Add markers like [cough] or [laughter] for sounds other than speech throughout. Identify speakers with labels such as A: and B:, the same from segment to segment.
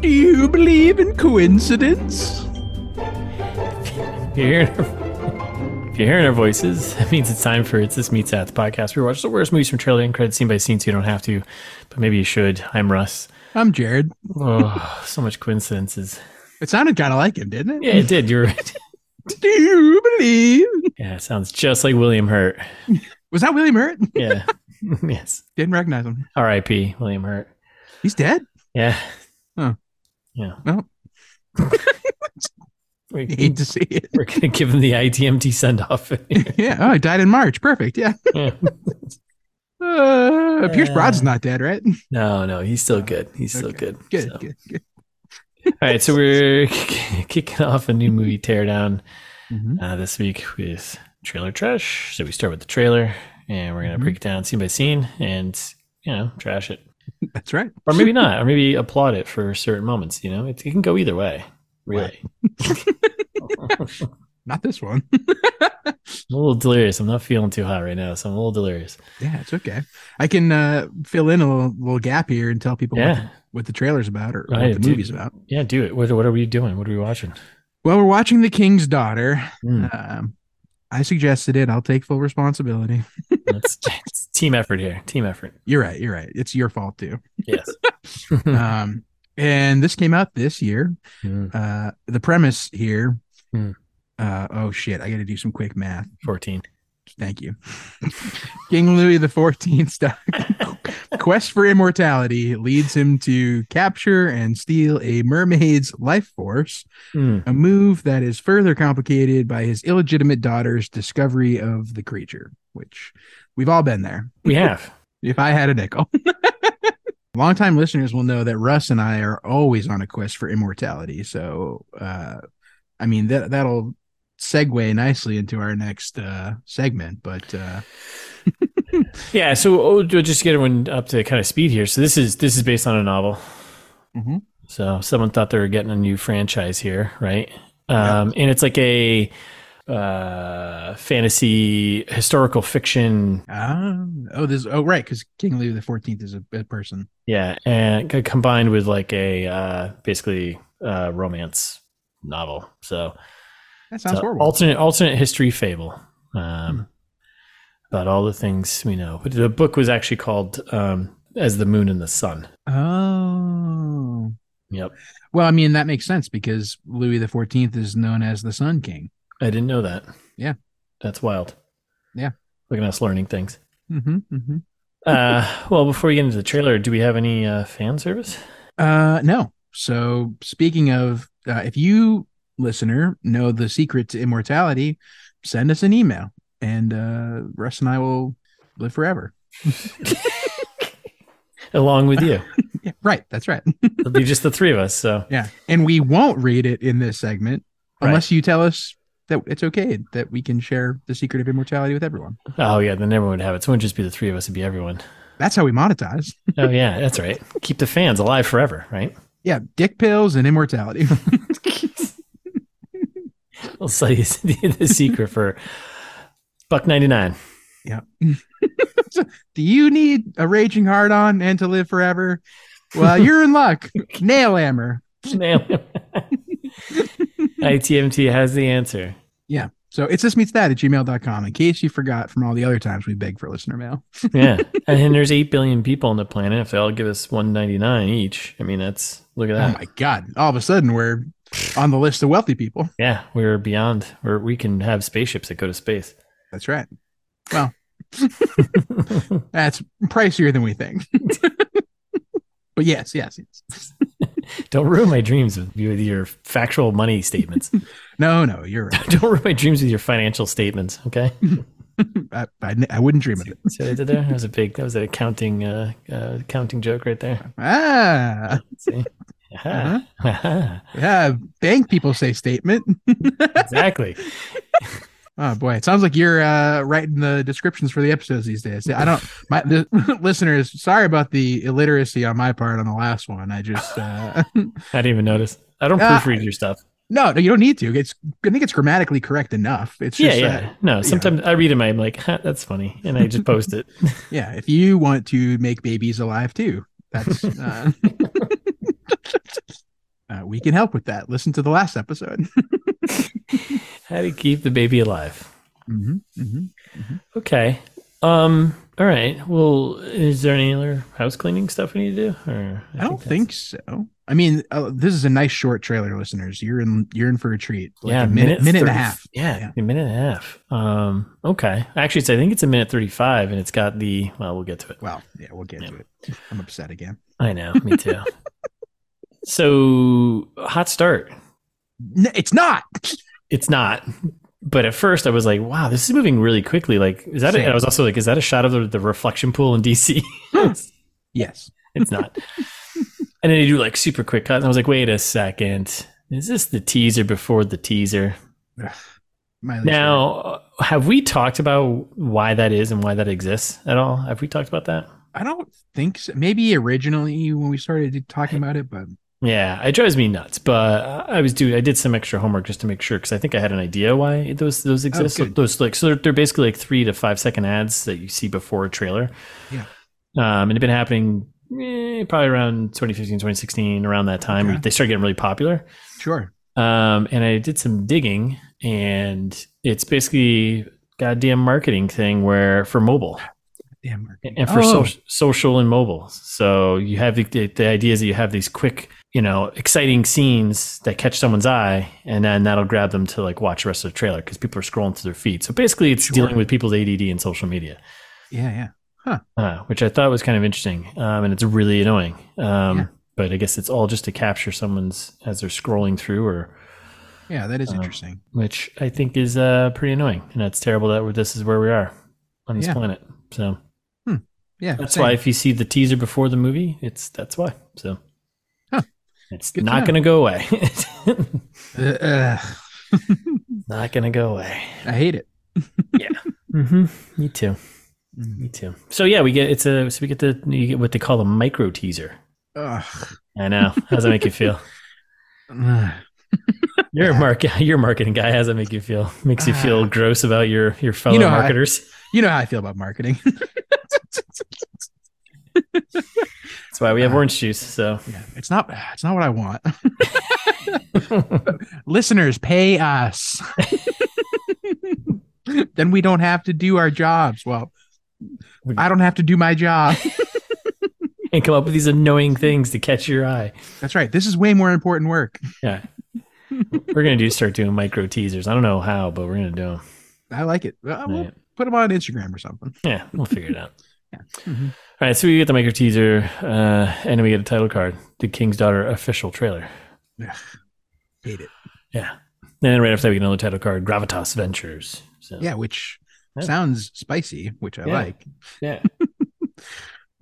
A: Do you believe in coincidence?
B: If you're hearing our, if you're hearing our voices, that means it's time for It's This Meets That, the podcast where we watch the worst movies from trailer and credits scene by scene so you don't have to, but maybe you should. I'm Russ.
A: I'm Jared.
B: Oh, so much coincidences.
A: It sounded kind of like him, didn't it?
B: Yeah, it did. You're right. [laughs]
A: Do you believe?
B: Yeah, it sounds just like William Hurt.
A: Was that William Hurt?
B: Yeah. [laughs] yes.
A: Didn't recognize him.
B: R.I.P. William Hurt.
A: He's dead. [laughs]
B: Yeah.
A: Oh.
B: Yeah. [laughs]
A: Oh.
B: We,
A: Hate to see it.
B: are going to give him the ITMT send off. [laughs]
A: Yeah. Oh, he died in March. Perfect. Yeah. Uh, Pierce
B: Uh.
A: Broad's not dead, right? [laughs]
B: No, no, he's still good. He's still
A: Okay.
B: good.
A: Good.
B: So-
A: good, good.
B: All right, so we're [laughs] kicking off a new movie teardown
A: Mhm.
B: uh, this week with trailer trash. So we start with the trailer, and we're gonna break it down scene by scene, and you know, trash it,
A: That's right.
B: or maybe not, or maybe applaud it for certain moments. You know, it, it can go either way. Really,
A: Not this
B: [laughs]
A: one.
B: I'm a little delirious. I'm not feeling too hot right now, so I'm a little delirious.
A: Yeah, it's okay. I can uh, fill in a little, little gap here and tell people what,
B: Yeah,
A: what the trailer's about or
B: Right,
A: what the
B: dude.
A: movie's about.
B: yeah, do it. What, what are we doing? What are we watching?
A: Well, we're watching The King's Daughter. [laughs]
B: Mm,
A: Um, I suggested it. I'll take full responsibility.
B: that's, it's team effort here. Team effort.
A: You're right. You're right. It's your fault too.
B: Yes.
A: um, and this came out this year.
B: Mm,
A: Uh, the premise here.
B: Hmm.
A: Uh, oh shit! I got to do some quick math.
B: Fourteen.
A: Thank you. [laughs] King Louis the Fourteenth [laughs] quest for immortality leads him to capture and steal a mermaid's life force,
B: Mm,
A: a move that is further complicated by his illegitimate daughter's discovery of the creature, which we've all been there.
B: we have.
A: If I had a nickel. [laughs] Longtime listeners will know that Russ and I are always on a quest for immortality. So, uh, I mean, that, that'll segue nicely into our next uh, segment. But uh,
B: Yeah, so oh, ju- just to get everyone up to kind of speed here. So this is this is based on a novel.
A: Mhm.
B: So someone thought they were getting a new franchise here, right? Um, And it's like a uh, fantasy historical fiction.
A: um, oh, this oh right, because King Louis the Fourteenth is a, a person.
B: Yeah, and c- combined with like a uh, basically uh, romance novel. So
A: That
B: it's
A: sounds
B: a
A: horrible. Hmm.
B: alternate alternate history fable. Um, About all the things we know. But the book was actually called um, "As the Moon and the Sun."
A: oh,
B: Yep.
A: well, I mean that makes sense because Louis the Fourteenth is known as the Sun King.
B: I didn't know that.
A: Yeah.
B: That's wild.
A: Yeah.
B: Look at us learning things.
A: Mm-hmm, mm-hmm.
B: Uh, [laughs] well, before we get into the trailer, do we have any uh, fan service?
A: Uh, no. So speaking of, uh, if you listener know the secret to immortality, send us an email, and uh, Russ and I will live forever.
B: Along
A: [laughs]
B: with you.
A: Yeah, right. That's right. [laughs]
B: It'll be just the three of us. So,
A: yeah, and we won't read it in this segment
B: Right.
A: unless you tell us that it's okay that we can share the secret of immortality with everyone.
B: oh, yeah, then everyone would have it. So it wouldn't just be the three of us, it'd be everyone.
A: That's how we monetize.
B: Oh, yeah, that's right. Keep the fans alive forever, right?
A: Yeah, dick pills and immortality. [laughs]
B: We'll sell you [laughs] the, the secret for
A: [laughs]
B: buck 99.
A: Do you need a raging hard on and to live forever? Well, you're in luck. Nail hammer.
B: Nail it. ITMT has the answer.
A: So it's this meets that at gmail.com in case you forgot from all the other times we begged for listener mail.
B: yeah and then there's 8 billion people on the planet if they all give us 199 each i mean that's look at
A: Oh
B: that
A: my God. All of a sudden we're on the list of wealthy people.
B: yeah we're beyond where we can have spaceships that go to space
A: That's right. Well, that's pricier than we think. [laughs] but yes, yes, yes.
B: don't ruin my dreams with, with your factual
A: [laughs]
B: money statements
A: No, no, you're right.
B: don't ruin my dreams with your financial statements okay
A: I, I, I wouldn't dream of it.
B: see what i did there that was a big that was an accounting uh, uh accounting joke right there
A: Ah,
B: see Aha.
A: Uh-huh. yeah. Bank people say statement. [laughs]
B: exactly
A: Oh boy, it sounds like you're uh, writing the descriptions for the episodes these days. I
B: [laughs]
A: don't, my the, [laughs] listeners. Sorry about the illiteracy on my part on the last one. I just uh, [laughs]
B: i didn't even notice i don't
A: Ah.
B: proofread your stuff
A: No, no, you don't need to. It's I think it's grammatically correct enough. It's
B: yeah,
A: just
B: yeah.
A: that,
B: no, sometimes I read them. I'm like, huh, that's funny, and I just
A: [laughs]
B: post it.
A: yeah. If you want to make babies alive too, that's
B: [laughs]
A: uh, [laughs] uh, we can help with that. Listen to the last episode. [laughs]
B: How to keep the baby alive? Mm-hmm,
A: hmm hmm
B: Okay. Um. All right. Well, is there any other house cleaning stuff we need to do? Or
A: I don't
B: that's-
A: think so. I mean, uh, this is a nice short trailer, listeners. You're in you're in for a treat. Like
B: yeah,
A: a minute minute and a
B: 30
A: half.
B: Yeah,
A: Yeah.
B: a minute and a half. Um. Okay. Actually, it's, I think it's a minute thirty-five, and it's got the. Well, we'll get to it.
A: Well, yeah, we'll get
B: Yeah.
A: to it. I'm upset again.
B: I know.
A: [laughs]
B: Me too. so hot start.
A: N- it's not.
B: It's not. But at first, I was like, "Wow, this is moving really quickly." Like, is that? A,
A: Same.
B: I was also like, "Is that a shot of the, the reflection pool
A: [laughs]
B: in DC?"
A: Yes.
B: It's not. and then they do like super quick cut. And I was like, wait a second. Is this the teaser before the teaser?
A: My
B: Now, uh, have we talked about why that is and why that exists at all? Have we talked about that?
A: I don't think so. Maybe originally when we started talking about it, but
B: Yeah, it drives me nuts. But I I was doing, I did some extra homework just to make sure because I think I had an idea why those those exist.
A: Oh, good.
B: those like so they're, they're basically like three to five second ads that you see before a trailer.
A: Yeah.
B: um, and it's been happening eh, probably around 2015, 2016, around that time.
A: Okay.
B: They started getting really popular.
A: sure.
B: um, and I did some digging, and it's basically a goddamn marketing thing where for mobile
A: Damn marketing.
B: and for
A: Oh,
B: so- social and mobile. So you have the, the, the idea is that you have these quick, you know, exciting scenes that catch someone's eye, and then that'll grab them to like watch the rest of the trailer because people are scrolling through their feed. So basically, it's
A: Sure.
B: dealing with people's ADD and social media.
A: Yeah, yeah.
B: Uh, which I thought was kind of interesting, um, and it's really annoying. Um,
A: Yeah.
B: But I guess it's all just to capture someone's as they're scrolling through or
A: Yeah, that is
B: Uh,
A: interesting.
B: which I think is uh, pretty annoying, and that's terrible that we're, this is where we are on this
A: Yeah.
B: planet. So
A: Yeah.
B: that's
A: same.
B: why if you see the teaser before the movie, it's that's why. So
A: Huh.
B: it's
A: Good to
B: not
A: know.
B: going to go away. [laughs] It's
A: Uh, ugh.
B: not going to go away.
A: I hate it. Mm-hmm.
B: hmm Me too.
A: Mm.
B: Me too. So yeah, we get it's a so we get the you get what they call a micro teaser.
A: Ugh.
B: I know. How's that make
A: [laughs]
B: you feel?
A: Ugh.
B: You're a market. [laughs] You're a marketing guy. How's that make you feel? Makes you feel
A: Ah.
B: gross about your your fellow
A: know how I-
B: marketers.
A: You know how I feel about
B: [laughs]
A: marketing. [laughs]
B: That's why we have
A: Ah.
B: orange juice. So
A: yeah, it's not. It's not what I want. [laughs] Listeners, pay us. [laughs] then we don't have to do our jobs. Well, I don't have to do my job.
B: and come up with these annoying things to catch your eye.
A: That's right. This is way more important work.
B: Yeah. we're gonna do start doing micro teasers. I don't know how, but we're gonna do them.
A: I like it. Well, we'll
B: Yeah.
A: put them on Instagram or something.
B: Yeah, we'll figure it out.
A: [laughs] Yeah.
B: All
A: Mhm.
B: right, so we get the micro teaser, uh, and then we get a title card, the King's Daughter official trailer.
A: Hate it.
B: Yeah. And then right after that, we get another title card, Gravitas Ventures. So,
A: Yeah, which
B: Yeah.
A: sounds spicy, which I
B: Yeah.
A: like.
B: yeah.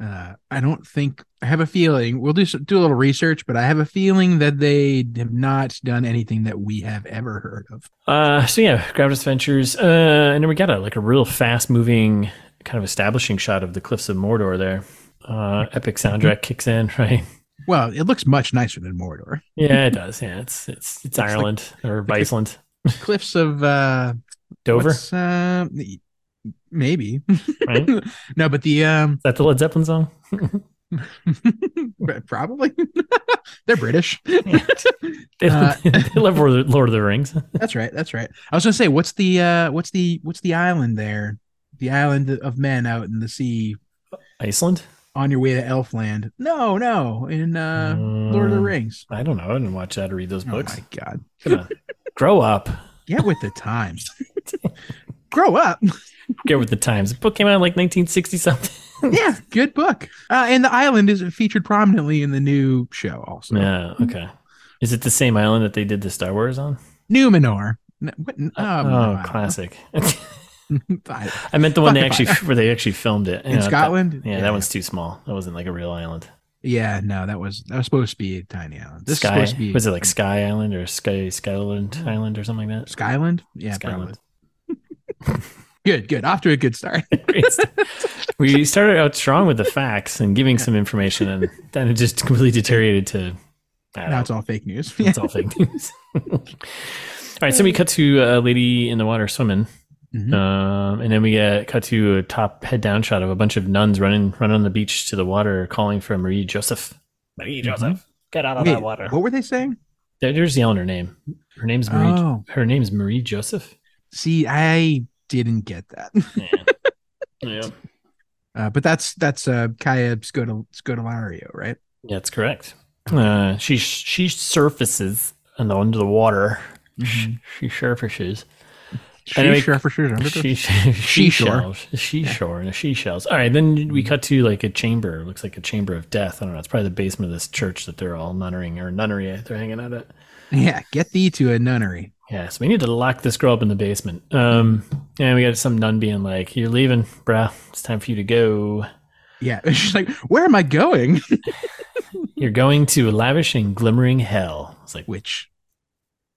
A: Uh, I don't think I have a feeling we'll do s- do a little research, but I have a feeling that they have not done anything that we have ever heard of.
B: Uh, so yeah, Gravitas Ventures, uh, and then we got a like a real fast moving kind of establishing shot of the Cliffs of Mordor there. Uh,
A: Mm-hmm.
B: epic soundtrack kicks in, [laughs] right?
A: Well, it looks much nicer than
B: [laughs]
A: Mordor.
B: Yeah, it does. Yeah, it's it's it's
A: like-
B: Ireland or
A: a-
B: Iceland,
A: Cliffs of uh,
B: Dover,
A: what's, uh, the- maybe
B: right? Is
A: [laughs] no, but the um,
B: that the Led
A: [laughs]
B: Zeppelin song?
A: probably [laughs] they're
B: [laughs]
A: British.
B: They,
A: Uh,
B: [laughs] they love Lord of, the- Lord of the Rings.
A: That's right. That's right. I was gonna say, what's the uh, what's the what's the island there? The island of men out in the sea
B: Iceland?
A: on your way to Elfland. No, no, in uh, Lord of the
B: Mm,
A: Rings.
B: I don't know. I didn't watch that or read those
A: Oh
B: books.
A: my god!
B: Come on. Grow up.
A: Get with the
B: [laughs]
A: times. Grow up.
B: Get with the times. The book came out in like 1960 something.
A: Yeah, [laughs] good book. Uh, and the island is featured prominently in the new show. Also, [laughs]
B: [laughs] Yeah, okay. Is it the same island that they did the Star Wars on?
A: Numenor. N- What? n- Oh,
B: oh,
A: no,
B: classic.
A: [laughs]
B: [laughs]
A: I-
B: I meant the one they
A: Fuck if
B: actually where they actually filmed it. Yeah,
A: in
B: that-
A: Scotland.
B: yeah, that one's too small. That wasn't like a real island.
A: Yeah, no, that was that was supposed to be a tiny island. This
B: Sky
A: is supposed to be
B: was it like Sky Island or Sky Skyland Island or something like that?
A: Skyland? Yeah,
B: Skyland. [laughs]
A: probably. Good, good. Off to a good start. [laughs]
B: Great stuff. we started out strong with the facts and giving some information, and then it just completely deteriorated to I
A: Now
B: don't-
A: it's all fake news. [laughs]
B: That's all fake news. [laughs] all right, so we cut to a lady in the water swimming,
A: Mhm.
B: um, and then we get cut to a top head down shot of a bunch of nuns running running on the beach to the water, calling for Marie Joseph. Marie Joseph, get out of
A: Mm-hmm. Wait,
B: that water!
A: What were they saying?
B: They're they're just yelling her name. Her name's Marie.
A: Oh,
B: Her name's Marie Joseph.
A: see, I didn't get that. [laughs]
B: Yeah. [laughs] yeah,
A: Uh, but that's that's uh, Kaya Scodel- Scodelario, right?
B: that's correct. Uh, she she surfaces and under the water.
A: Mhm.
B: She surfaces.
A: She
B: Mm-hmm. Anyway,
A: sure for sure. remember [laughs]
B: she,
A: this?
B: she, she
A: shore.
B: shells. She shore and she shells. All right, then we cut to like a chamber. It looks like a chamber of death. I don't know. It's probably the basement of this church that they're all nunnerying or nunnery they're hanging out at.
A: Yeah, get thee to a nunnery.
B: Yeah, so we need to lock this girl up in the basement. Um, and we got some nun being like, "You're leaving, bruh. It's time for you to go.
A: Yeah, [laughs] she's like, where am I going? [laughs]
B: You're going to a lavish and glimmering hell." It's like, [laughs]
A: Which,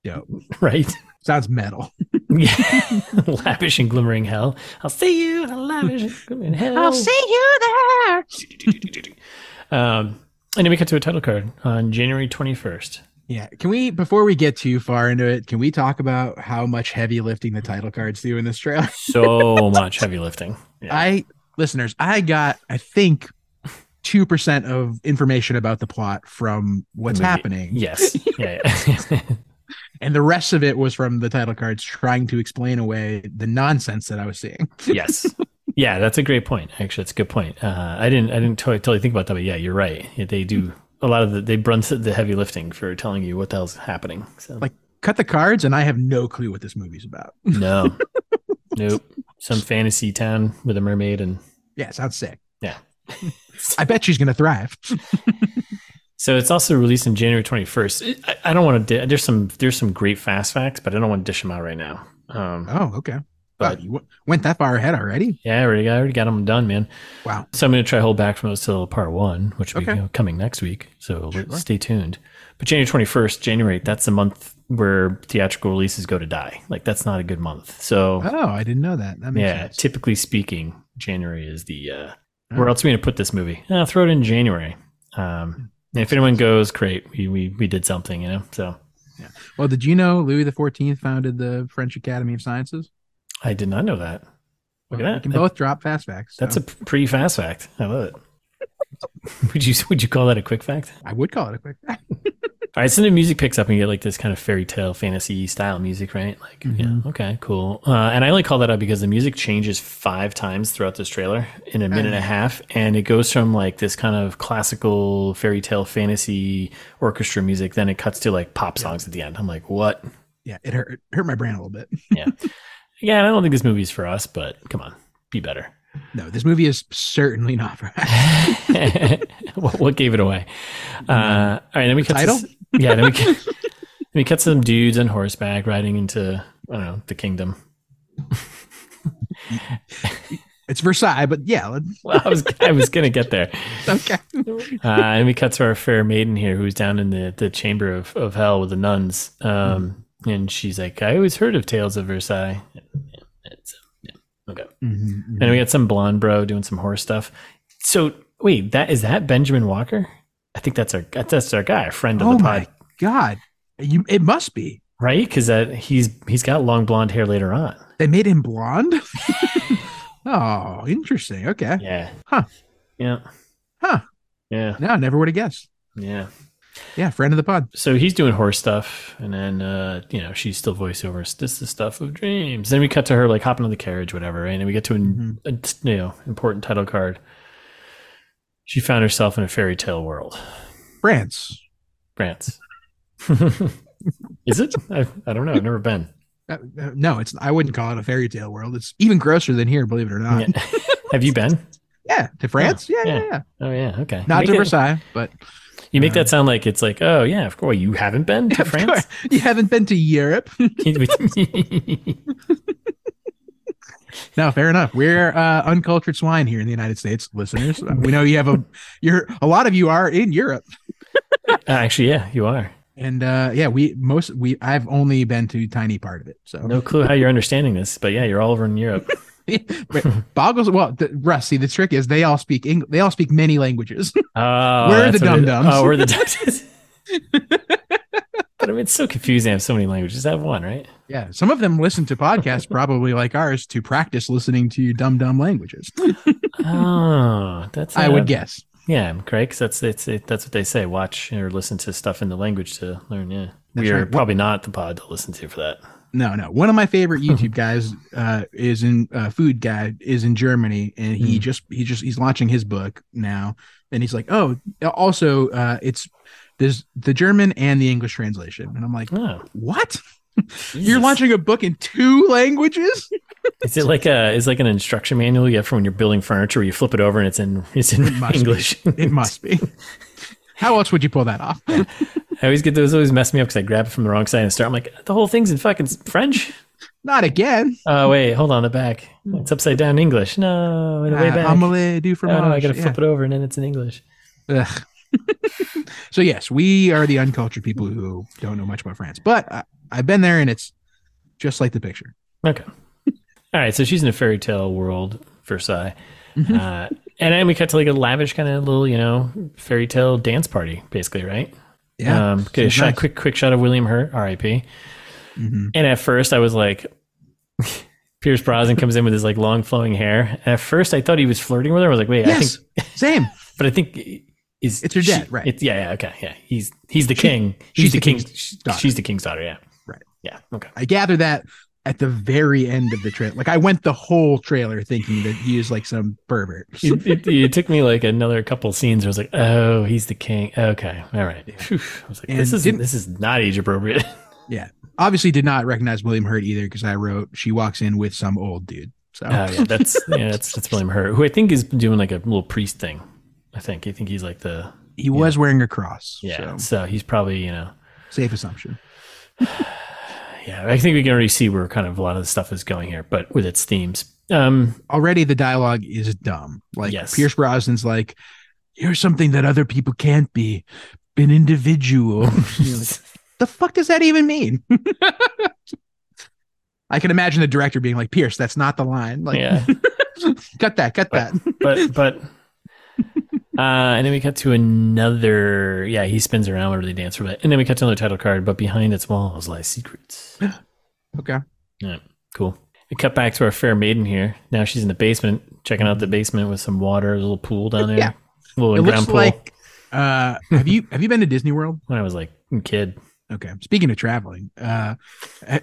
A: yo,
B: right? [laughs]
A: sounds metal.
B: Yeah, lavish and glimmering hell. I'll see you in a lavish and glimmering hell.
A: you there.
B: Um, and then we cut to a title card on January 21st.
A: Yeah, can we before we get too far into it, can we talk about how much heavy lifting the title cards do in this trailer?
B: So much heavy lifting. Yeah.
A: I listeners, I got I think two percent of information about the plot from what's
B: movie.
A: happening,
B: yes. Yeah. yeah. [laughs]
A: and the rest of it was from the title cards trying to explain away the nonsense that I was seeing.
B: yes. Yeah, that's a great point. Actually, that's a good point. Uh, I didn't I didn't totally, totally think about that, but yeah, you're right. Yeah, they do a lot of the they brunt the heavy lifting for telling you what the hell's happening. So
A: Like- Cut the cards, and I have no clue what this movie's about. [laughs]
B: no. nope. Some fantasy town with a mermaid and
A: Yeah, sounds sick.
B: Yeah.
A: [laughs] I bet she's gonna thrive.
B: So it's also released in January 21st. It- I, I don't want to. Di- there's some there's some great fast facts, but I don't want to dish them out right now. Um,
A: Oh, okay. But
B: But-
A: you w- went that far ahead already.
B: yeah, I already, I already got them done, man.
A: Wow.
B: So I'm going to try to hold back from those till part one, which will
A: Okay.
B: be coming next week. So
A: Sure.
B: stay tuned. But January 21st, January, that's the month where theatrical releases go to die. Like that's not a good month. So
A: Oh, I didn't know that. That makes
B: yeah,
A: sense.
B: typically speaking, January is the uh,
A: Oh.
B: where else are we going to put this movie? Uh, throw it in January. Um, and if anyone goes, great. We, we we did something, you know. So
A: Well, did you know Louis the Fourteenth founded the French Academy of Sciences?
B: I did not know that. Look
A: Well, We
B: at that.
A: can
B: That-
A: both drop fast facts.
B: That's
A: so
B: a pretty fast fact. I love it. [laughs] would you would you call that a quick fact?
A: I would call it a quick fact.
B: All right, so the music picks up and you get like this kind of fairy tale fantasy style music, right? Like,
A: Mhm.
B: yeah, okay, cool. Uh, and I only call that out because the music changes five times throughout this trailer in a minute and a half, and it goes from like this kind of classical fairy tale fantasy orchestra music, then it cuts to like pop songs at the end. I'm like, what?
A: Yeah, it hurt it hurt my brain a little bit.
B: Yeah, I don't think this movie's for us, but come on, be better.
A: No, this movie is certainly not for [laughs]
B: [laughs] what, what gave it away? Uh, all right, then we cut
A: title?
B: To, yeah, then we cut, [laughs] then we cut some dudes on horseback riding into I don't know the kingdom. [laughs]
A: It's Versailles, but yeah, let-
B: Well, I was I was gonna get there,
A: okay.
B: uh, and we cut to our fair maiden here, who's down in the the chamber of, of hell with the nuns, um,
A: Hmm.
B: and she's like, I always heard of tales of Versailles. Yeah, it's- yeah, okay,
A: Mhm,
B: and
A: mhm.
B: we got some blonde bro doing some horse stuff. So wait, that is that Benjamin Walker? I think that's our that's our guy, friend of
A: Oh
B: the
A: my
B: pod.
A: God, you it must be.
B: Right, because that he's he's got long blonde hair later on.
A: They made him blonde. [laughs] oh, interesting. Okay.
B: Yeah.
A: Huh.
B: Yeah.
A: Huh.
B: Yeah.
A: No, never would have guessed.
B: Yeah.
A: Yeah, friend of the pod.
B: So he's doing horse stuff, and then uh, you know she's still voiceovers. This is the stuff of dreams. Then we cut to her like hopping on the carriage, whatever, right? and then we get to an
A: Mm-hmm.
B: a, you know important title card. She found herself in a fairy tale world,
A: France. [laughs]
B: France. is it? I, I don't know. I've never been.
A: Uh, uh, no, it's I wouldn't call it a fairy tale world. It's even grosser than here, believe it or not. Yeah,
B: Yeah. [laughs] Have you been?
A: to France. Yeah, yeah,
B: yeah.
A: yeah.
B: Oh yeah. Okay. You
A: Not
B: make
A: to
B: that-
A: Versailles, but [laughs]
B: You make
A: Uh,
B: that sound like it's like, oh yeah, of course you haven't been
A: [laughs]
B: to
A: Of
B: France.
A: course. you haven't been to [laughs] Europe. [laughs] no, fair enough. We're uh, uncultured swine here in the United States, listeners. Uh, we know you have a you're a lot of you are in Europe.
B: Uh, Actually, yeah, you are.
A: And uh, yeah, we most we I've only been to a tiny part of it. So
B: No clue how you're understanding this, but yeah, you're all over in Europe.
A: [laughs] But boggles well the, Russ, see the trick is they all speak English they all speak many languages. [laughs]
B: Oh,
A: We're
B: that's
A: the
B: what it-
A: dum-dums.
B: Oh, we're the dum dums.
A: [laughs]
B: But I mean, it's so confusing. I have so many languages. I have one, right?
A: Yeah, some of them listen to podcasts probably like ours to practice listening to dumb dumb [laughs] languages.
B: Oh, that's.
A: I
B: uh,
A: would guess.
B: Yeah, correct. 'cause that's it's, it, that's what they say. Watch or listen to stuff in the language to learn. Yeah,
A: That's
B: we are
A: right.
B: probably not the pod to listen to for that.
A: No, no. One of my
B: [laughs]
A: favorite YouTube guys uh, is in uh, food guy is in Germany, and he
B: Hmm.
A: just he just he's launching his book now, and he's like, oh, also uh, it's there's the German and the English translation, and I'm like,
B: Oh,
A: what? You're
B: Jesus.
A: launching a book in two languages?
B: Is it like a is like an instruction manual you have for when you're building furniture? Where you flip it over and it's in it's in
A: It must be.
B: English. [laughs]
A: It must be. How else would you pull that off?
B: I always get those. Always mess me up because I grab it from the wrong side and start. I'm like, the whole thing's in fucking French.
A: Not again.
B: Oh wait, hold on, the back. It's upside down English. No, the way
A: Uh,
B: back. Oh,
A: omelette du
B: No, no, I
A: fromage.
B: gotta
A: Yeah.
B: flip it over and then it's in English.
A: Ugh. [laughs] so yes, we are the uncultured people who don't know much about France, but I, I've been there and it's just like the picture. [laughs]
B: Okay. All right. So she's in a fairy tale world, Versailles.
A: Mm-hmm.
B: Uh, and then we cut to like a lavish kind of little, you know, fairy tale dance party, basically, right?
A: Yeah,
B: Um, get a
A: seems
B: shot,
A: nice.
B: quick, quick shot of William Hurt, R.I.P.
A: Mhm.
B: And at first, I was like, [laughs] Pierce Brosnan comes in with his like long flowing hair. And at first, I thought he was flirting with her. I was like, wait, I
A: yes,
B: think,
A: same.
B: but I think is
A: It's her
B: she-
A: dad, right.
B: It's, yeah, yeah, okay, yeah. He's he's the king.
A: she's
B: She's the,
A: the
B: king.
A: king's daughter.
B: She's the king's daughter. Yeah,
A: Right.
B: Yeah. Okay.
A: I gather that at the very end of the trailer. Like I went the whole trailer thinking that he was like some pervert.
B: it, it, it took me like another couple scenes where I was like, oh, he's the king. Okay. All right. Phew. I was like,
A: And
B: this is
A: didn't- Oh.
B: this is not age appropriate.
A: [laughs] Obviously, did not recognize William Hurt either because I wrote she walks in with some old dude. So
B: Oh yeah, that's yeah, that's that's William Hurt, who I think is doing like a little priest thing. I think. I think he's like the
A: he was wearing a cross.
B: yeah.
A: so,
B: So, he's probably, you know
A: safe assumption.
B: yeah, I think we can already see where kind of a lot of the stuff is going here, but with its themes.
A: [laughs]
B: Um
A: already the dialogue is dumb. Like
B: Yes.
A: Pierce Brosnan's like, here's something that other people can't be, an individual. [laughs] You're like, the fuck does that even mean? [laughs] I can imagine the director being like, Pierce, that's not the line. Like,
B: [laughs] yeah.
A: cut that, cut that. [laughs]
B: but but uh and then we cut to another yeah he spins around where they dance for a bit and then we cut to another title card but behind its walls
A: [gasps]
B: lie secrets
A: Okay.
B: yeah cool we cut back to our fair maiden here now she's in the basement checking out the basement with some water a little pool down there
A: Mm-hmm. Yeah.
B: a little
A: it looks
B: ground pool
A: like. Uh, have you [laughs] have you been to Disney World?
B: when i was like a kid
A: Okay. Speaking of traveling, uh, uh,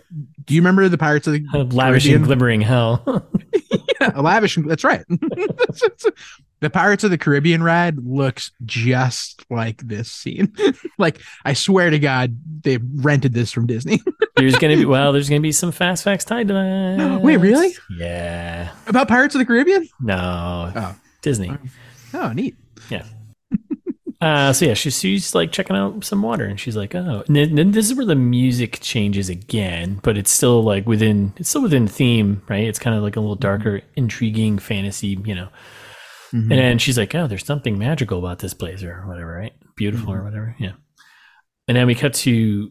A: do you remember the Pirates of the
B: lavish and glimmering hell
A: [laughs] a lavish. That's right. [laughs] the Pirates of the Caribbean ride looks just like this scene. [laughs] like I swear to God, they rented this from Disney. [laughs]
B: there's gonna be well there's gonna be some fast facts tied to that
A: [gasps] Wait, really?
B: yeah
A: About Pirates of the Caribbean?
B: no
A: Oh.
B: disney
A: Oh, neat.
B: Uh, so yeah, she's, she's like checking out some water, and she's like, "Oh." And then, then this is where the music changes again, but it's still like within it's still within theme, right? It's kind of like a little darker, intriguing fantasy, you know.
A: Mhm.
B: And then she's like, "Oh, there's something magical about this place, or whatever, right? Beautiful,
A: Mm-hmm.
B: or whatever, yeah." And then we cut to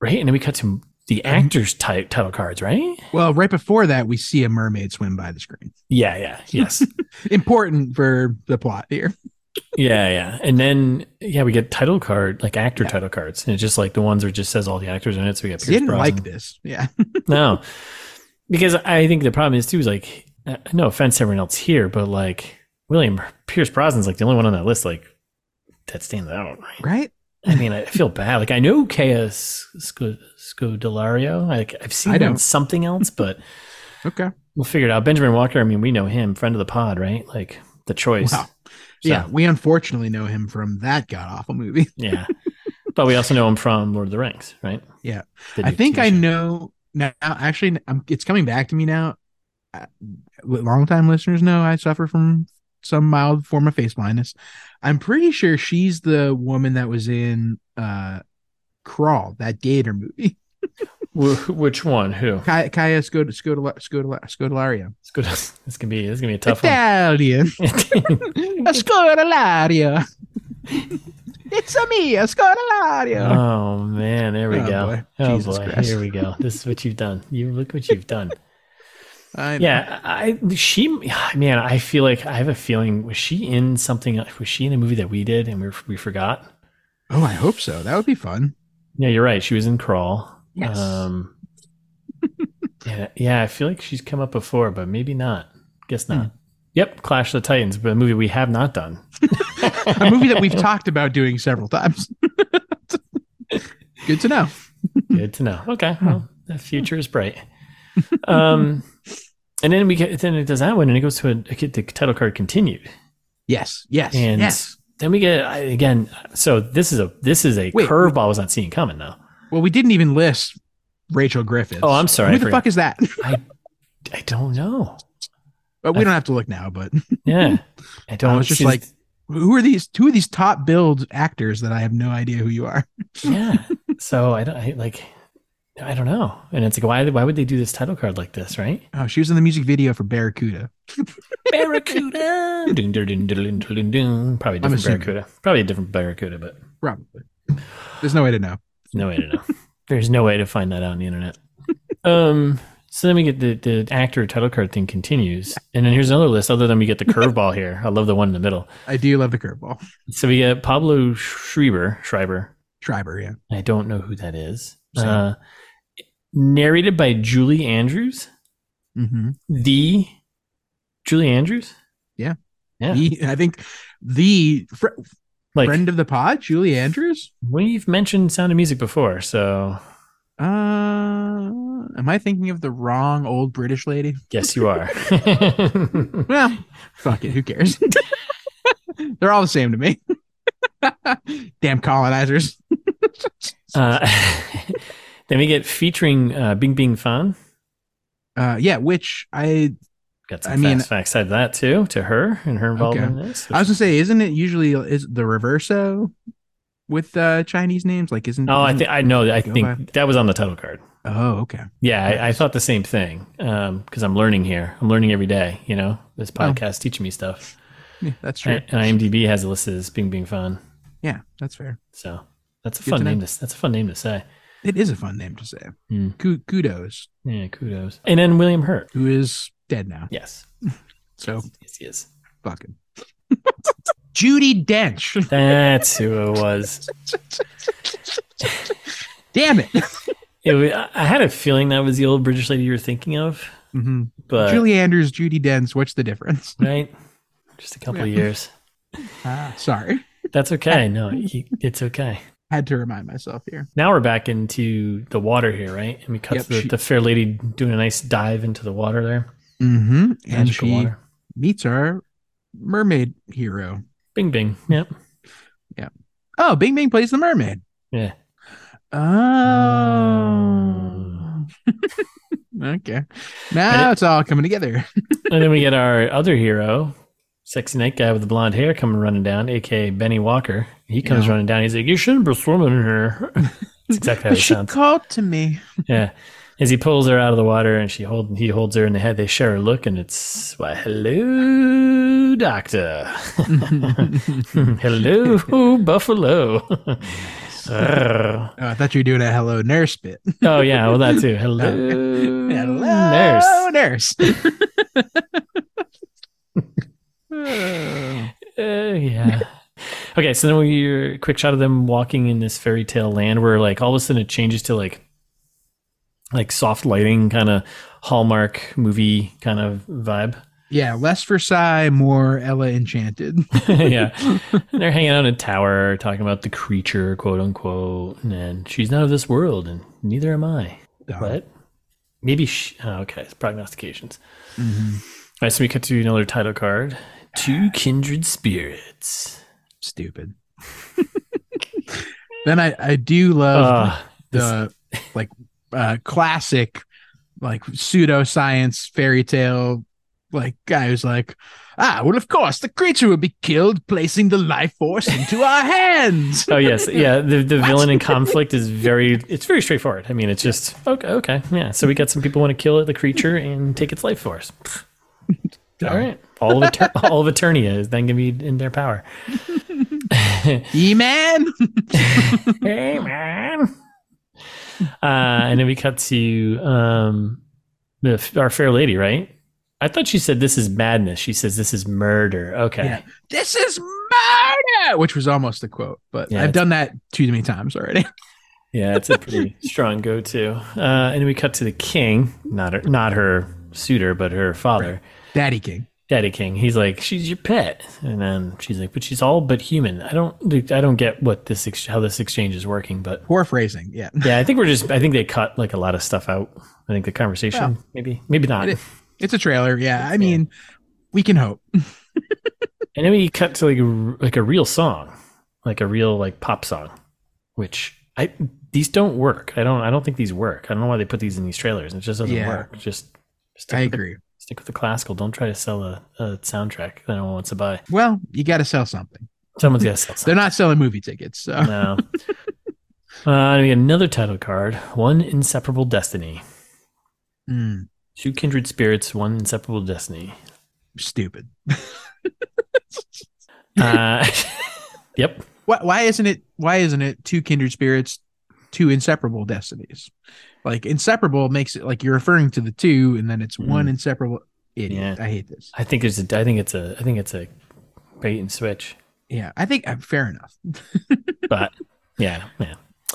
B: right, and then we cut to the actors' ti- title cards, right?
A: Well, right before that, we see a mermaid swim by the screen. [laughs]
B: Yeah, yeah, yes.
A: Important for the plot here.
B: Yeah, yeah. And then yeah, we get title card, like actor
A: Yeah.
B: title cards. And it's just like the ones where it just says all the actors in it. So we got Pierce
A: They didn't
B: Brosnan.
A: like this. Yeah.
B: No. Because I think the problem is too is like uh, no offense to everyone else here, but like William Pierce Brosnan's like the only one on that list like that stands out. [laughs] right?
A: Right?
B: I mean, I feel bad. Like I know Kea Scodelario. Like I've seen
A: I
B: her in
A: don't.
B: something else, but
A: Okay.
B: we'll figure it out. Benjamin Walker. I mean, we know him, friend of the pod, right? Like the choice.
A: Wow.
B: So-
A: Yeah. We unfortunately know him from that god awful movie.
B: Yeah. but we also know him from Lord of the Rings, right?
A: Yeah.
B: The
A: I
B: new
A: think
B: TV
A: I
B: show.
A: know now. Actually, I'm, it's coming back to me now. I- Longtime listeners know I suffer from some mild form of face blindness. I'm pretty sure she's the woman that was in uh, Crawl, that Gator
B: [laughs]
A: movie.
B: Wh- which one? Who?
A: Kaya, Kaya Scod- Scodela- Scodela- Scodelario.
B: It's good. [laughs] This can be. This can be a tough one.
A: Italian.
B: [laughs]
A: A Scodelario. [laughs] it's a me, a Scodelario.
B: Oh man, there we
A: Oh,
B: go.
A: boy.
B: Oh
A: Jesus
B: boy,
A: Christ.
B: here
A: [laughs]
B: we go. This is what you've done. You look what you've done.
A: I know.
B: yeah, I she man, I feel like I have a feeling was she in something? Was she in a movie that we did and we we forgot?
A: Oh, I hope so. That would be fun.
B: Yeah, you're right. She was in Crawl.
A: Yes. [laughs]
B: Um, yeah, yeah, I feel like she's come up before, but maybe not.
A: Hmm.
B: Guess not. Yep, Clash of the Titans, but a movie we have not done.
A: A movie
B: [laughs]
A: that we've talked about doing several times. [laughs] Good to know.
B: Good to know. Okay,
A: Hmm.
B: well, the future is bright. Um, [laughs] and then we get, then it does that one, and it goes to a, it- the title card continued,
A: Yes. Yes.
B: and
A: yes.
B: then we get I, again. So this is a this is a
A: Wait.
B: curveball I was not seeing coming though.
A: Well, we didn't even list Rachel Griffiths.
B: Oh, I'm sorry, I
A: Who the
B: forgot.
A: fuck is
B: [laughs]
A: that?
B: I don't know.
A: But we don't have to look now. But [laughs]
B: Yeah, I don't.
A: was just
B: she's-
A: like- who are these two of these top billed actors that I have no idea who you are?
B: [laughs] yeah. So I don't I, like. I don't know. And it's like, why why would they do this title card like this,
A: [laughs]
B: right?
A: Oh, she was in the music video for Barracuda.
B: Barracuda. Dun, dun, dun, dun, dun, dun, dun. Probably a
A: I'm
B: different
A: assuming.
B: Barracuda. Probably a different Barracuda, but
A: Probably. There's no way to know.
B: no way to know. [laughs] There's no way to find that out on the internet. Um. So then we get the, the actor title card thing continues, and then here's another list. Other than we get the curveball here, I love the one in the middle.
A: I do love the curveball.
B: So we get Pablo Schreiber, Schreiber,
A: Schreiber, yeah.
B: I don't know who that is.
A: Same.
B: Uh, narrated by Julie Andrews.
A: Mm-hmm.
B: The Julie Andrews.
A: Yeah.
B: yeah.
A: I think the fr-
B: like
A: friend of the pod, Julie Andrews.
B: we've mentioned Sound of Music before, so
A: Uh, am I thinking of the wrong old British lady?
B: yes, you are. [laughs]
A: Well, fuck it. Who cares? [laughs] They're all the same to me. [laughs] Damn colonizers.
B: uh, [laughs] then we get featuring uh, Bing Bing Fan.
A: Uh, yeah, which I
B: Got some
A: I mean-
B: fast facts out of that too to her and her involvement in this.
A: I was gonna say, isn't it usually is the reverso with uh, Chinese names? Like, isn't
B: oh, I
A: isn't-
B: think I know. I
A: Go
B: think that was on the title card.
A: Oh, okay.
B: Yeah, I, I thought the same thing because I'm learning here. I'm learning every day. You know, this
A: Oh.
B: podcast teaching me stuff.
A: Yeah, that's true.
B: And, and IMDb has a list as Bing Bing Fun.
A: yeah, that's fair.
B: So that's a
A: Good
B: fun
A: to know.
B: name. To, that's a fun name to say.
A: It is a fun name to say.
B: Hmm.
A: Ku- Kudos,
B: Yeah, kudos. And then William Hurt.
A: who is dead now.
B: Yes,
A: So
B: yes, he is.
A: fucking [laughs] Judy Dench.
B: That's who it was.
A: Damn it.
B: It wa- I had a feeling that was the old British lady you were thinking of,
A: hmm
B: but
A: Julie Andrews, Judy Dench. What's the difference?
B: right, just a couple of years.
A: Ah, sorry,
B: That's okay. No, he, it's okay.
A: had to remind myself here.
B: now we're back into the water here, right? And we cut
A: Yep,
B: to the,
A: she-
B: the fair lady doing a nice dive into the water there.
A: Mm-hmm. And
B: Magical
A: she
B: water.
A: meets our mermaid hero.
B: Bing bing. Yep.
A: Oh, Bing Bing plays the mermaid.
B: Yeah.
A: Oh. [laughs] okay. Now
B: And
A: it's all coming together.
B: and then we get our other hero, sexy night guy with the blonde hair coming running down, aka Benny Walker. He comes
A: Yeah.
B: running down. He's like, You shouldn't be swimming in here. [laughs] That's
A: [laughs]
B: exactly how it
A: But she
B: sounds.
A: called to me.
B: yeah. As he pulls her out of the water and she hold he holds her in the head, they share a look and it's why hello
A: [laughs]
B: doctor. [laughs] hello buffalo. Arr.
A: Oh, I thought you were doing a hello nurse bit.
B: oh yeah, well that too. Hello,
A: hello
B: nurse.
A: nurse. Oh.
B: Uh, yeah. Okay, so then we your quick shot of them walking in this fairy tale land where like all of a sudden it changes to like like soft lighting kind of hallmark movie kind of vibe.
A: [laughs]
B: [laughs]
A: yeah, less Versailles, more Ella Enchanted.
B: yeah. And they're hanging out in a tower talking about the creature, quote unquote, and she's not of this world and neither am I.
A: Dumb.
B: But Uh, maybe she, oh, okay, it's prognostications.
A: Mhm.
B: All right, so we cut to another title card. Two kindred spirits.
A: Stupid. [laughs] then I, I do love
B: Uh,
A: the like uh classic like pseudoscience fairy tale like guy who's like ah well of course the creature will be killed placing the life force into our
B: [laughs]
A: hands
B: oh yes, yeah. The the villain in conflict is very it's very straightforward. I mean, it's just okay, okay, yeah. So we got some people want to kill the creature and take its life force. All right, all of Eter- [laughs] all of Eternia is then gonna be in their power.
A: e-man
B: hey man. Uh, and then we cut to um, the our fair lady, right? I thought she said this is madness. She says this is murder. Okay.
A: Yeah. this is murder yeah, which was almost the quote, but
B: Yeah,
A: I've
B: it's-
A: done that too many times already. [laughs]
B: Yeah, it's a pretty strong go-to. Uh, and we cut to the king, not her, not her suitor, but her father,
A: Daddy King.
B: Daddy King. He's like, "She's your pet," and then she's like, "But she's all but human." I don't, I don't get what this ex- how this exchange is working, but
A: Poor phrasing. Yeah.
B: yeah, I think we're just, I think they cut like a lot of stuff out. I think the conversation,
A: Well,
B: maybe, maybe not.
A: it is- It's a trailer. Yeah. I mean, we can hope.
B: And then we cut to like a, like a real song, like a real like pop song, which I these don't work. I don't I don't think these work. I don't know why they put these in these trailers. It just doesn't
A: Yeah.
B: work. Just stick
A: I
B: with the-
A: agree.
B: stick with the classical. Don't try to sell a, a soundtrack that no one wants to buy.
A: Well, you got to sell something.
B: Someone's got to sell
A: They're
B: something.
A: not selling movie tickets. So [laughs]
B: no. Uh, we get another title card: One Inseparable Destiny.
A: Hmm,
B: Two kindred spirits, one inseparable destiny.
A: stupid.
B: Uh, [laughs] yep.
A: Why, why isn't it? Why isn't it two kindred spirits, two inseparable destinies? Like inseparable makes it like you're referring to the two, and then it's one inseparable. Idiot. I hate this.
B: I think it's a. I think it's a. I think it's a bait and switch.
A: Yeah, I think uh, fair enough.
B: but yeah, yeah,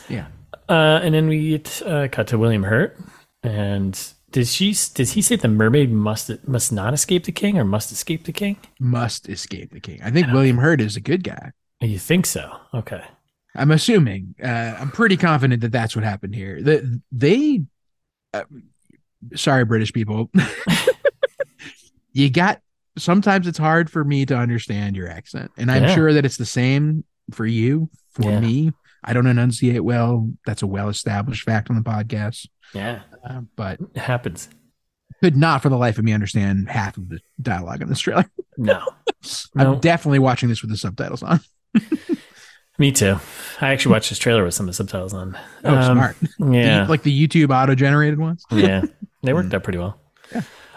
A: Yeah.
B: Uh, and then we get, uh, cut to William Hurt, and does she? Does he say the mermaid must must not escape the king or must escape the king?
A: Must escape the king. I think William Hurt is a good guy.
B: You think so? Okay.
A: I'm assuming. Uh, I'm pretty confident that that's what happened here. That they, uh, sorry, British people, [laughs] you got. Sometimes it's hard for me to understand your accent, and I'm
B: Yeah.
A: sure that it's the same for you. For
B: Yeah.
A: me, I don't enunciate well. That's a well-established fact on the podcast.
B: Yeah,
A: Uh, but
B: it happens.
A: could not, for the life of me, understand half of the dialogue in this trailer.
B: No,
A: [laughs] I'm
B: no.
A: definitely watching this with the subtitles on.
B: me too. I actually watched this trailer with some of the subtitles on.
A: Oh,
B: Um,
A: smart! The-
B: Yeah,
A: like the YouTube auto-generated ones.
B: yeah, they
A: Mm.
B: worked out pretty well.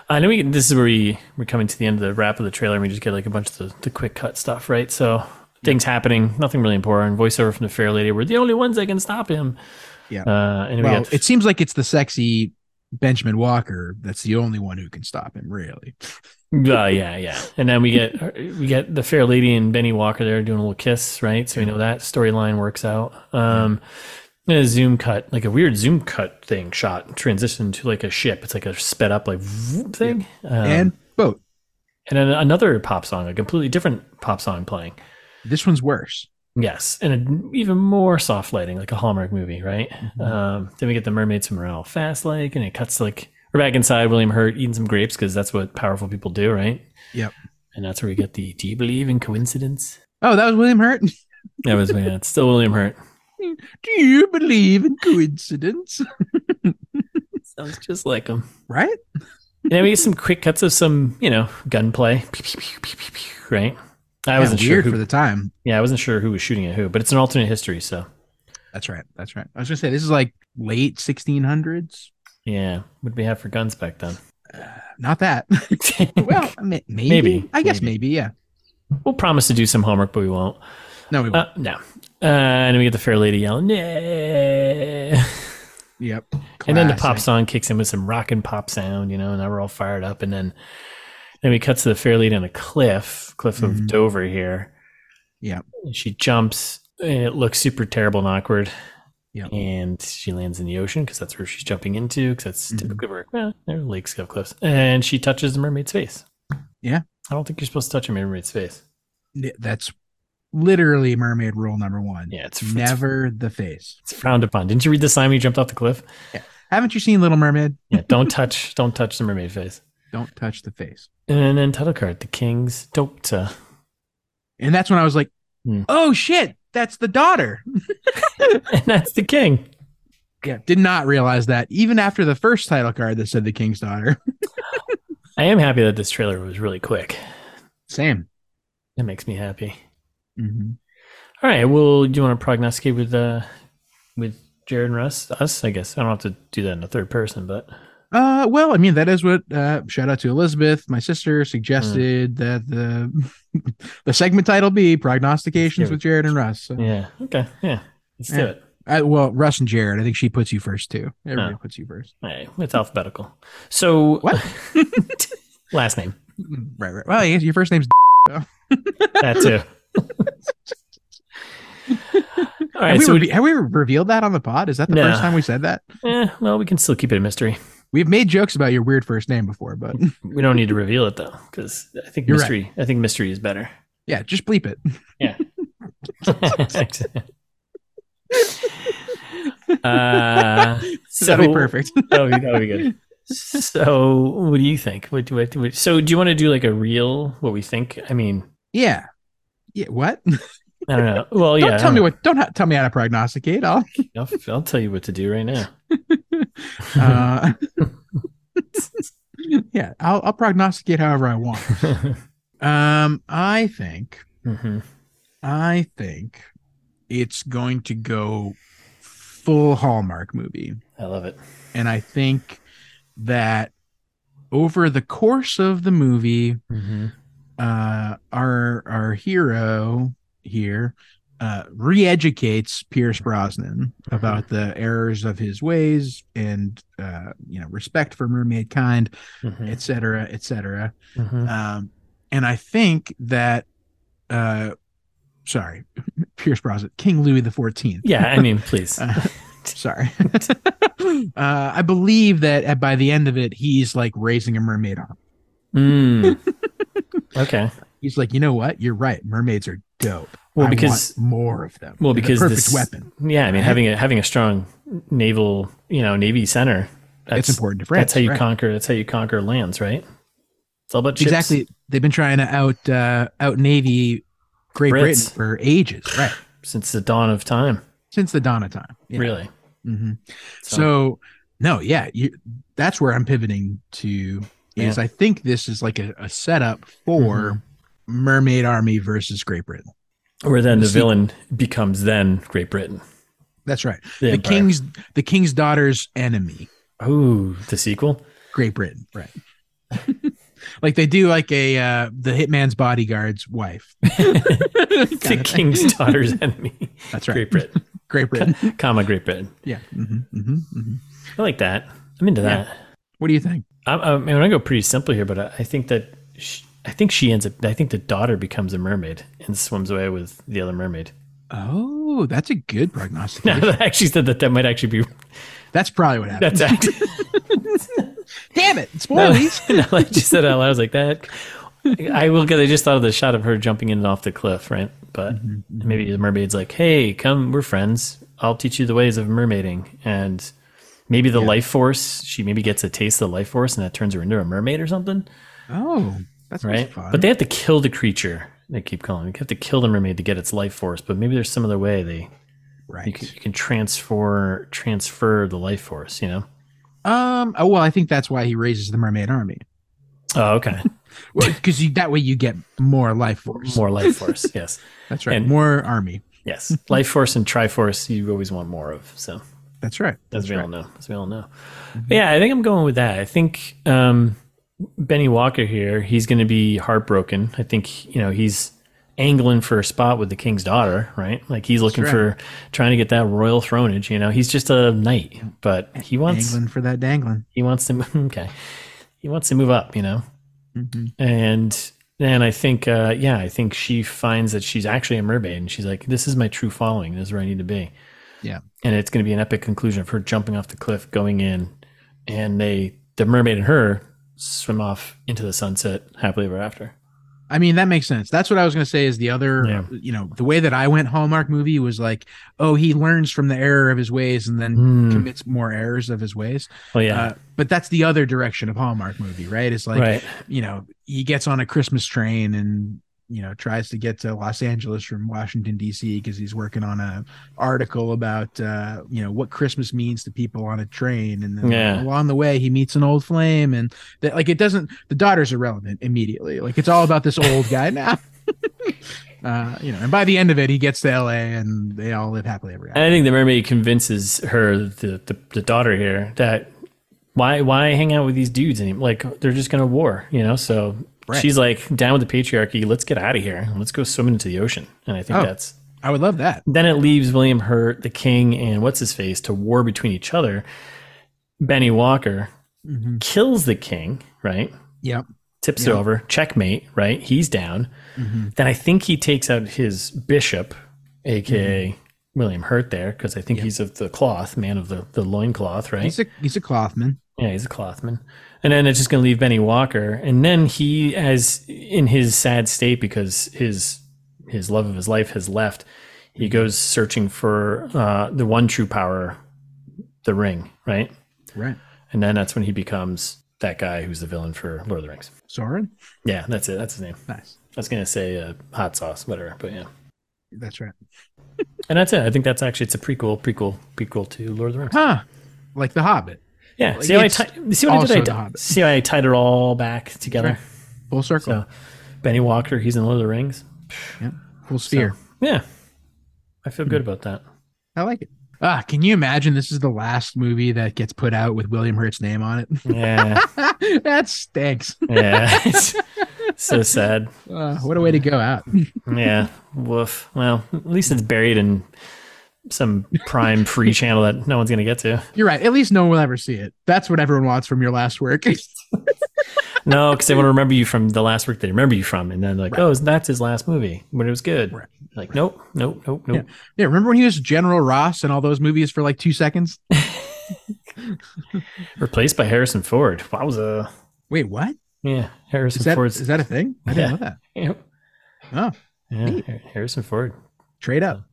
B: I know we. This is where we we're coming to the end of the wrap of the trailer. and We just get like a bunch of the, the quick cut stuff, right? So things happening, nothing really important. Voiceover from the fair lady. We're the only ones that can stop him.
A: Yeah.
B: Uh, and we
A: Well,
B: got
A: it seems like it's the sexy Benjamin Walker that's the only one who can stop him, really.
B: uh, yeah, yeah. And then we get [laughs] we get the fair lady and Benny Walker there doing a little kiss, right? So we know that storyline works out. Um, and a zoom cut, like a weird zoom cut thing, shot transition to like a ship. It's like a sped up like vroom thing. Um,
A: and boat.
B: and then another pop song, a completely different pop song playing.
A: This one's worse.
B: Yes, and an even more soft lighting, like a Hallmark movie, right?
A: Mm-hmm.
B: Um, then we get the mermaids from Morale Fast Lake, and it cuts like we're back inside William Hurt eating some grapes because that's what powerful people do, right?
A: Yep.
B: And that's where we get the Do you believe
A: [laughs]
B: in coincidence?
A: Oh, that was William Hurt. [laughs]
B: That was yeah, it's still William Hurt.
A: Do you believe in coincidence?
B: Sounds just like him.
A: right?
B: And then we get some quick cuts of some, you know, gunplay, Pew, pew, pew, pew, pew, pew, right? I wasn't
A: Yeah,
B: sure.
A: weird
B: Who,
A: for the time.
B: yeah, I wasn't sure who was shooting at who, but it's an alternate history, so
A: That's right. That's right. I was gonna say this is like late 1600s.
B: yeah. What did we have for guns back then?
A: Not that. [laughs]
B: [laughs]
A: well, I mean, maybe.
B: Maybe,
A: I guess maybe.
B: maybe.
A: Yeah.
B: we'll promise to do some homework, but we won't.
A: No, we won't.
B: Uh, no. Uh, and we get the fair lady yelling, "Nay!"
A: yep.
B: and then the pop
A: Classic.
B: song kicks in with some rock and pop sound, you know, and now we're all fired up. And then, then we cut to the fair lady on a cliff, cliff
A: Mhm.
B: of Dover here.
A: Yeah.
B: And she jumps, and it looks super terrible and awkward.
A: Yeah.
B: And she lands in the ocean because that's where she's jumping into, because that's
A: Mhm.
B: typically where well, there are lakes have cliffs. And she touches the mermaid's face.
A: Yeah.
B: I don't think you're supposed to touch a mermaid's face.
A: That's literally mermaid rule number one.
B: Yeah, it's, it's-
A: Never the face.
B: It's frowned upon. Didn't you read the sign when you jumped off the cliff?
A: Haven't you seen Little Mermaid?
B: Yeah,
A: [laughs]
B: don't touch, don't touch the mermaid face.
A: Don't touch the face.
B: And then title card, the king's doctor.
A: And that's when I was like,
B: Hmm.
A: oh shit, that's the daughter.
B: And that's the king.
A: Yeah. Did not realize that even after the first title card that said the king's daughter. [laughs]
B: I am happy that this trailer was really quick.
A: Same.
B: That makes me happy.
A: hmm
B: All right, well, do you want to prognosticate with uh with Jared and Russ? Us, I guess. I don't have to do that in the third person, but
A: Uh, well, I mean, that is what, uh, shout out to Elizabeth, my sister, suggested
B: Hmm.
A: that the, [laughs] the segment title be Prognostications
B: Yeah.
A: with Jared and Russ. So,
B: yeah. Okay. Yeah. Let's do
A: Yeah.
B: it.
A: I, well, Russ and Jared, I think she puts you first too. Everybody puts you first.
B: All right. It's alphabetical. So
A: What?
B: [laughs] last name.
A: [laughs] Mm, Right, right. Well, yes, your first name's
B: That too. All
A: have,
B: right,
A: we
B: so
A: re- have we revealed that on the pod? Is that the
B: No.
A: first time we said that?
B: we- eh, well, we can still keep it a mystery.
A: We've made jokes about your weird first name before, but [laughs]
B: We don't need to reveal it though, because I think
A: You're right.
B: mystery. I think mystery is better. [laughs]
A: yeah, just bleep it. [laughs]
B: uh, so
A: That'd be
B: [laughs]
A: perfect.
B: That would be, that would be good. So, what do you think? What, do- what, what, so, do you want to do like a real? What we think? I mean,
A: Yeah. Yeah. What?
B: I don't know. Well, yeah.
A: don't
B: I
A: tell
B: don't
A: me
B: know.
A: what. Don't ha- tell me how to prognosticate. I'll.
B: I'll, I'll tell you what to do
A: [laughs]
B: right now.
A: Uh, [laughs] yeah, I'll, I'll prognosticate however I want. Um, I think.
B: Mhm.
A: I think it's going to go full Hallmark movie.
B: I love it.
A: And I think that over the course of the movie,
B: Mhm.
A: uh, our our hero here uh, re-educates Pierce Brosnan about the errors of his ways and uh, you know respect for mermaid kind,
B: Mhm.
A: et cetera, et cetera.
B: Mhm.
A: Um, and I think that, uh, sorry, [laughs] Pierce Brosnan, King Louis the Fourteenth.
B: Yeah, I
A: [laughs]
B: mean, please.
A: Uh, sorry, [laughs] uh, I believe that at, by the end of it, he's like raising a mermaid arm.
B: Mm. Okay.
A: He's like, you know what? You're right. Mermaids are dope.
B: Well,
A: I
B: because
A: want more of them.
B: well,
A: They're the
B: because
A: perfect
B: this-
A: weapon.
B: yeah, I mean,
A: Right.
B: having a having a strong naval, you know, navy center.
A: It's
B: That's
A: important to France.
B: that's how you
A: right?
B: conquer. That's how you conquer lands, right? It's all about ships.
A: exactly. They've been trying to out uh, out navy Great Britain
B: Brits.
A: for ages, right?
B: since the dawn of time.
A: Since the dawn of time. Yeah.
B: Really.
A: hmm
B: So,
A: So, no, yeah, you, that's where I'm pivoting to is I think this is like a, a setup
B: Mm-hmm.
A: for Mermaid Army versus Great Britain.
B: where then the
A: See-
B: villain becomes then Great Britain.
A: That's right.
B: The,
A: The king's the king's daughter's enemy,
B: Ooh, the sequel.
A: [laughs]
B: [laughs]
A: Great Britain. Right. [laughs] like they do like a uh, the hitman's bodyguard's wife.
B: the king's daughter's enemy.
A: That's right.
B: Great
A: Great,
B: Britain, [laughs]
A: Britain.
B: comma Great Britain.
A: yeah. hmm hmm hmm
B: I like that. I'm into
A: Yeah.
B: that.
A: What do you think?
B: I'm, I'm, I'm gonna go pretty simple here, but I, I think that she, I think she ends up. I think the daughter becomes a mermaid and swims away with the other mermaid.
A: Oh, that's a good
B: [laughs] No,
A: prognostication.
B: I actually said that that might actually be. [laughs]
A: That's probably what happened.
B: That's actually.
A: [laughs] Damn it!
B: no,
A: Spoilies.
B: [laughs] no, I just said it out loud. I was like that. I will because I just thought of the shot of her jumping in and off the cliff, right? But maybe the mermaid's like, "Hey, come, we're friends. I'll teach you the ways of mermaiding." And maybe the life force. She maybe gets a taste of the life force, and that turns her into a mermaid or something.
A: Oh, that's
B: right?
A: fun.
B: But they have to kill the creature. They keep calling. They have to kill the mermaid to get its life force. But maybe there's some other way they you
A: right.
B: can, you can transfer transfer the life force. You know?
A: Um. Oh, well, I think that's why he raises the mermaid army.
B: Oh, okay.
A: Well, because that way you get more life force.
B: [laughs] More life force. Yes,
A: That's right.
B: and-
A: more army.
B: yes. [laughs] Life force and triforce. You always want more of. So
A: That's right.
B: as
A: That's
B: we all
A: right. Mm-hmm.
B: know, as we all know. But yeah, I think I'm going with that. I think um, Benny Walker here. He's going to be heartbroken. I think you know he's angling for a spot with the king's daughter, right? Like he's looking
A: right.
B: for trying to get that royal thronage. You know, he's just a knight, but he wants
A: Dangling for that dangling.
B: he wants to [laughs] okay, he wants to move up. You know,
A: Mhm.
B: and and I think uh, yeah, I think she finds that she's actually a mermaid, and she's like, "This is my true following. This is where I need to be."
A: Yeah.
B: and it's going to be an epic conclusion of her jumping off the cliff, going in, and they the mermaid and her swim off into the sunset happily ever after.
A: I mean, that makes sense. That's what I was going to say is the other,
B: Yeah.
A: you know, the way that I went Hallmark movie was like, oh, he learns from the error of his ways and then
B: Mm.
A: commits more errors of his ways.
B: Well, yeah,
A: Mm-hmm. Uh, but that's the other direction of Hallmark movie, right? It's like,
B: right.
A: you know, he gets on a Christmas train and you know tries to get to Los Angeles from Washington D.C. because he's working on a article about uh, you know what Christmas means to people on a train, and then like,
B: Yeah.
A: along the way he meets an old flame, and that like it doesn't the daughter's irrelevant immediately, like it's all about this old guy now. [laughs] Uh, you know, and by the end of it, he gets to LA and they all live happily ever after.
B: And I think the mermaid convinces her, the, the, the daughter here, that why why hang out with these dudes anymore? Like they're just gonna war, you know. So
A: Right.
B: she's like down with the patriarchy. Let's get out of here. Let's go swimming into the ocean. And I think
A: Oh.
B: that's
A: I would love that.
B: then it leaves William Hurt, the king, and what's his face to war between each other. Benny Walker Mm-hmm.
A: Mhm.
B: kills the king, right?
A: Yep.
B: Tips
A: Yeah.
B: it over, checkmate, right?
A: Mm-hmm.
B: He's down. Then I think he takes out his bishop, aka William Hurt there because I think
A: Mm-hmm. Yeah.
B: he's of the cloth, man of the, the loincloth, right?
A: He's a he's a clothman.
B: Yeah, he's a clothman. And then it's just going to leave Benny Walker. And then he, as in his sad state because his his love of his life has left, he goes searching for uh, the one true power, the ring, right?
A: Right.
B: And then that's when he becomes that guy who's the villain for Lord of the Rings.
A: Sauron.
B: Yeah, that's it. That's his name.
A: Nice.
B: I was going to say uh, hot sauce, whatever, but yeah.
A: That's right.
B: And that's it. I think that's actually, it's a prequel, prequel, prequel to Lord of the Rings.
A: Huh. Like the Hobbit.
B: Yeah.
A: Well,
B: See, how I
A: it's
B: ti- see what I
A: also
B: did?
A: The
B: I,
A: Hobbit.
B: see how I tied it all back together?
A: Right. Full circle.
B: So, Benny Walker, he's in Lord of the Rings.
A: Full sphere.
B: Yeah, I feel
A: Hmm.
B: good about that.
A: I like it. Ah, can you imagine this is the last movie that gets put out with William Hurt's name on
B: Yeah,
A: it? [laughs] that stinks.
B: yeah, [laughs] It's so sad.
A: Uh, what a way to go out. [laughs]
B: Yeah, woof. Well, at least it's buried in some prime free channel that no one's gonna get to.
A: You're right. At least no one will ever see it. That's what everyone wants from your last work. [laughs]
B: No, because they want to remember you from the last work they remember you from, and then like, oh, that's his last movie when it was good.
A: Right.
B: Like, nope, nope, nope, nope.
A: yeah, remember when he was General Ross in all those movies for like two seconds?
B: Replaced by Harrison Ford. Wowza.
A: Wait, what?
B: Yeah, Harrison
A: Is that
B: Ford's.
A: is that a thing? I didn't
B: Yeah.
A: know that.
B: Yep.
A: Oh.
B: Yeah, Har- Harrison Ford.
A: Trade up.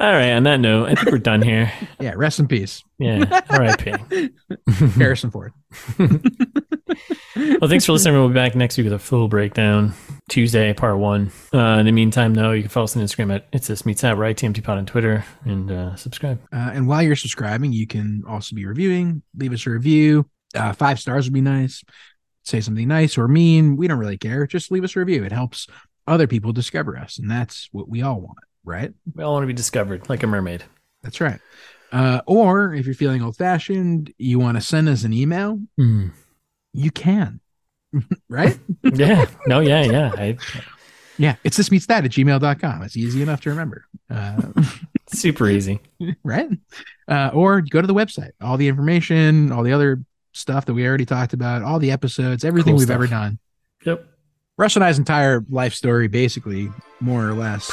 B: All right. On that note, I think we're done here.
A: Yeah, rest in peace,
B: [laughs] Yeah. R.I.P. well,
A: Harrison Ford.
B: thanks for listening. We'll be back next week with a full breakdown Tuesday, part one. Uh, in the meantime, though, you can follow us on Instagram at it's this meets out right TMT pod on Twitter and uh, subscribe.
A: Uh, and while you're subscribing, you can also be reviewing. Leave us a review. Uh, five stars would be nice. Say something nice or mean. We don't really care. Just leave us a review. It helps other people discover us, and that's what we all want, right?
B: We all want to be discovered like a mermaid.
A: That's right. Uh, or if you're feeling old fashioned, you want to send us an email,
B: Hmm.
A: you can, [laughs] right?
B: Yeah. No. Yeah. Yeah. I,
A: yeah. It's this meets that at gmail.com. It's easy enough to remember, uh,
B: super easy.
A: right? Uh, or go to the website. All the information, all the other stuff that we already talked about, all the episodes, everything
B: Cool
A: we've
B: stuff.
A: ever done
B: Yep.
A: Rush and I's entire life story, basically, more or less.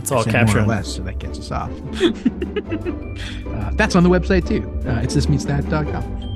B: It's all
A: I said more
B: captured.
A: or
B: on-
A: less, so [laughs] that gets us off. uh, that's on the website too. Uh, it's thismeetsthat.com.